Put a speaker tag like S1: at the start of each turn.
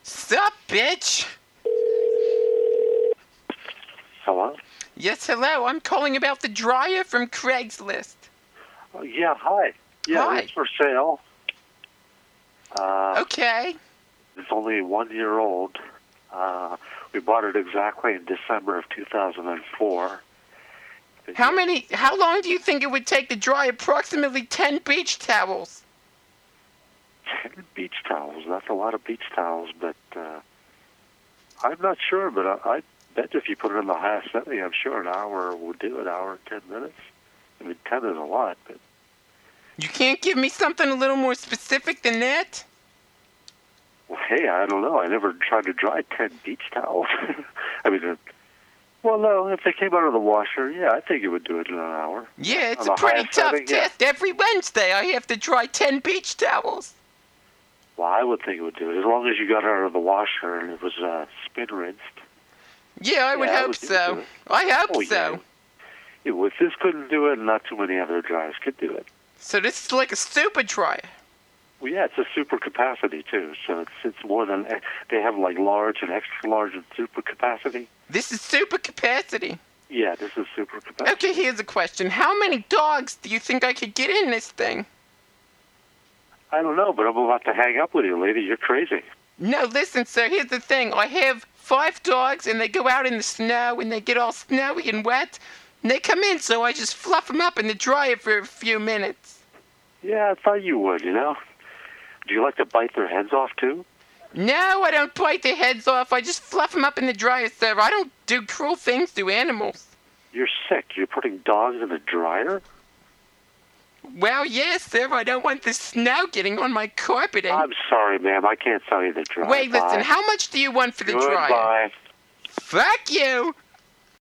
S1: What's up, bitch?
S2: Hello?
S1: Yes, hello. I'm calling about the dryer from Craigslist.
S2: Oh, yeah, hi. Yeah,
S1: Hi.
S2: it's for sale. Uh,
S1: Okay.
S2: It's only one year old. Uh, we bought it exactly in December of 2004.
S1: How many? How long do you think it would take to dry approximately ten beach towels?
S2: Ten beach towels. That's a lot of beach towels, but uh, I'm not sure, but I, I bet if you put it in the highest setting, I'm sure an hour will do an hour and 10 minutes. I mean, 10 is a lot, but
S1: You can't give me something a little more specific than that?
S2: Well, hey, I don't know. I never tried to dry ten beach towels. I mean, uh, well, no. If they came out of the washer, yeah, I think it would do it in an hour.
S1: Yeah, it's
S2: On
S1: a
S2: the
S1: pretty
S2: highest
S1: tough
S2: setting, yeah.
S1: test. Every Wednesday, I have to dry ten beach towels.
S2: Well, I would think it would do it as long as you got it out of the washer and it was uh, spin rinsed.
S1: Yeah, I would
S2: Yeah, I
S1: hope
S2: would do
S1: so.
S2: it.
S1: I hope
S2: Oh, yeah.
S1: so.
S2: It was this couldn't do it, not too many other dryers could do it.
S1: So this is like a super dryer.
S2: Well, yeah, it's a super capacity too, so it's it's more than eh, they have like large and extra large and super capacity.
S1: This is super capacity.
S2: Yeah, this is super capacity.
S1: Okay, here's a question. How many dogs do you think I could get in this thing?
S2: I don't know, but I'm about to hang up with you, lady. You're crazy.
S1: No, listen, sir, here's the thing. I have five dogs, and they go out in the snow, and they get all snowy and wet, and they come in, so I just fluff them up in the dryer for a few minutes.
S2: Yeah, I thought you would, you know. Do you like to bite their heads off too?
S1: No, I don't bite their heads off. I just fluff them up in the dryer, sir. I don't do cruel things to animals.
S2: You're sick. You're putting dogs in a dryer?
S1: Well, yes, sir, I don't want the snow getting on my carpeting.
S2: I'm sorry, ma'am. I can't sell you the dryer.
S1: Wait, listen,
S2: Bye.
S1: how much do you want for the dryer?
S2: Goodbye.
S1: Fuck you!